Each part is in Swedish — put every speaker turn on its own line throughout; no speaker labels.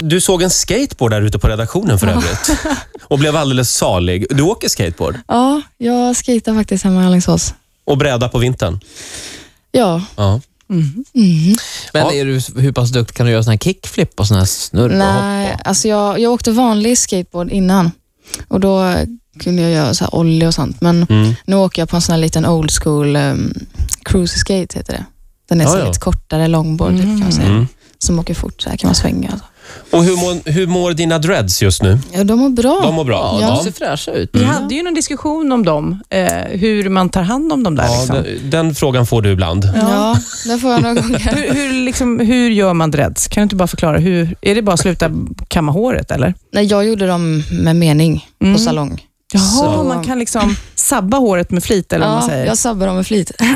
du såg en skateboard där ute på redaktionen för övrigt och blev alldeles salig. Du åker skateboard
Ja, jag skejtar faktiskt hemma i Alingsås.
och bräda på vintern.
Ja.
Ja.
Mm.
Men
Ja.
är du, hur pass duktig kan du göra sån här kickflip och sån här snurr och
Nej,
hopp?
alltså jag, jag åkte vanlig skateboard innan och då kunde jag göra så här ollie och sånt, men
Mm.
nu åker jag på en sån här liten old school um, cruiser skate heter det. Den är
Ja,
så
ja.
lite kortare longboard typ, kan man säga.
Mm.
Som åker fort, så här kan man svänga. och så.
Och hur mår, hur mår dina dreads just nu?
Ja, de mår bra.
De mår bra?
Och, ja,
Ja.
de ser fräscha ut.
Vi hade ju någon diskussion om dem, eh, hur man tar hand om dem där.
Ja,
liksom.
den, den frågan får du ibland.
Ja, ja det får jag några gånger.
Hur, hur, liksom, hur gör man dreads? Kan du inte bara förklara? Hur, är det bara att sluta kamma håret eller?
Nej, jag gjorde dem med mening
Mm.
på salong.
Jaha,
Så-
man kan liksom sabba håret med flit eller vad man
Ja,
säger.
jag sabbade dem med flit,
Ja,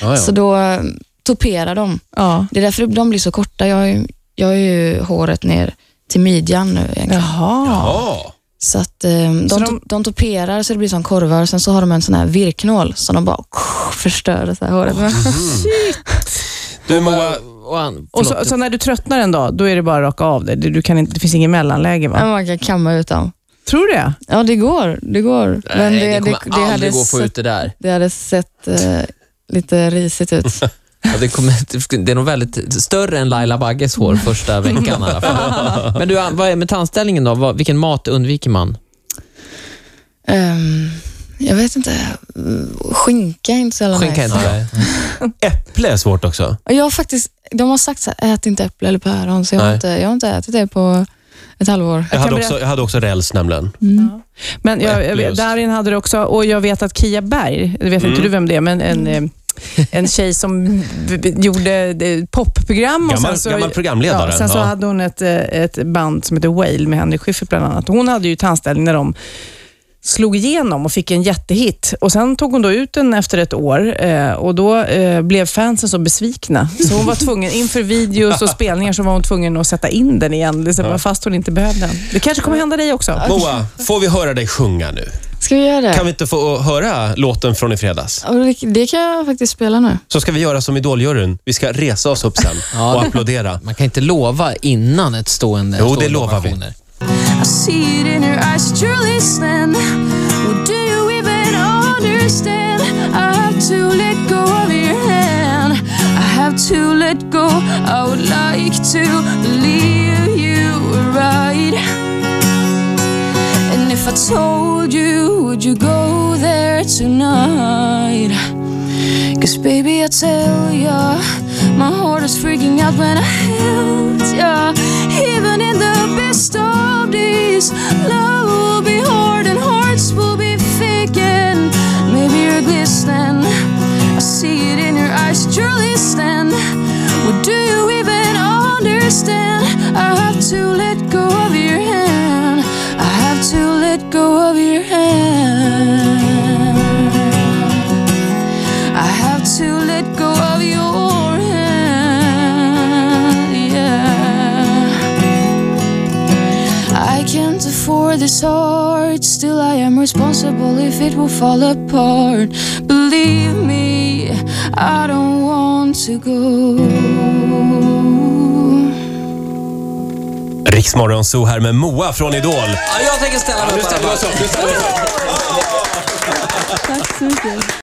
ja.
så då eh, toperar de.
Ja.
Det är därför de blir så korta. Jag har ju, jag har ju håret ner till midjan nu egentligen.
Jaha.
Ja.
Så att eh, de,
Så
to-
de-
de... toperar så det blir som korvar och sen så har de en sån här virknål som de bara förstör så här håret med.
Du Moa,
Och, han,
Och så, så när du tröttnar en dag, då är det bara att raka av det. Du du kan inte, det finns inget mellanläge va?
Men man kan kamma ut dem.
Tror du det?
Ja, det går. Det går. Men
Nej, det
det,
kommer aldrig
hade
gå att få ut
sett,
det där.
det hade sett eh, lite risigt ut.
Ja, det, kommer, det är nog väldigt större än Laila Bagges hår första veckan i alla fall. Men du, vad är med tandställningen då? Vad, vilken mat undviker man?
Ehm, jag vet inte. Skinka är inte så jävla
Skinka
nice.
inte. Nej.
äpple är svårt också.
Och Jag har faktiskt, de har sagt så här, ät inte äpple eller päron, så jag har,
Nej.
inte, jag har inte ätit det på ett halvår.
Jag
kan
hade,
berätta-
också, jag hade också räls nämligen.
Men jag, jag,
äpple
vet-
just.
Darin hade det också och jag vet att Kia Berg, det vet
Mm.
inte du vem det är, men en, eh, en tjej som v- v- gjorde eh, popprogram. och
Gammal,
sen så,
gammal programledare.
Ja, sen så
Ja.
hade hon ett, eh, ett band som heter Whale med Henry Schyffert bland annat. Hon hade ju tandställning när de slog igenom och fick en jättehit. Och Sen tog hon då ut den efter ett år eh, och då eh, blev fansen så besvikna. Så hon var tvungen, inför videos och spelningar, så var hon tvungen att sätta in den igen, liksom, fast hon inte behövde den. Det kanske kommer hända dig också.
Moa, får vi höra dig sjunga nu?
Ska vi göra det?
Kan vi inte få höra låten från i fredags?
Och det- Det kan jag faktiskt spela nu.
Så ska vi göra som Idoljuryn. Vi ska resa oss upp sen
Ja,
och
det-
applådera.
Man kan inte lova innan ett stående
Jo, det
stående
lovar vi.
ovationer.
I see it in her eyes, she truly slim. Well, do you even understand? I have to let go of your hand. I have to let go. I would like to believe you were right. And if I told you, would you go there tonight? Cause baby, I tell ya, my heart is freaking out when I held ya. Even in the best of days, love will be hard and hearts will be faking. Maybe you're glistening, I see it in your eyes, that you're listening. What do you even understand? I have to let go of your hand. I have to let go of your hand. I have to let go of your hand. Yeah. I can't afford this heart, still I am responsible if it will fall apart. Believe me, I don't want to go.
Riksmorgon så här med Moa från Idol.
Ja, jag tänker ställa mig upp. här.
upp.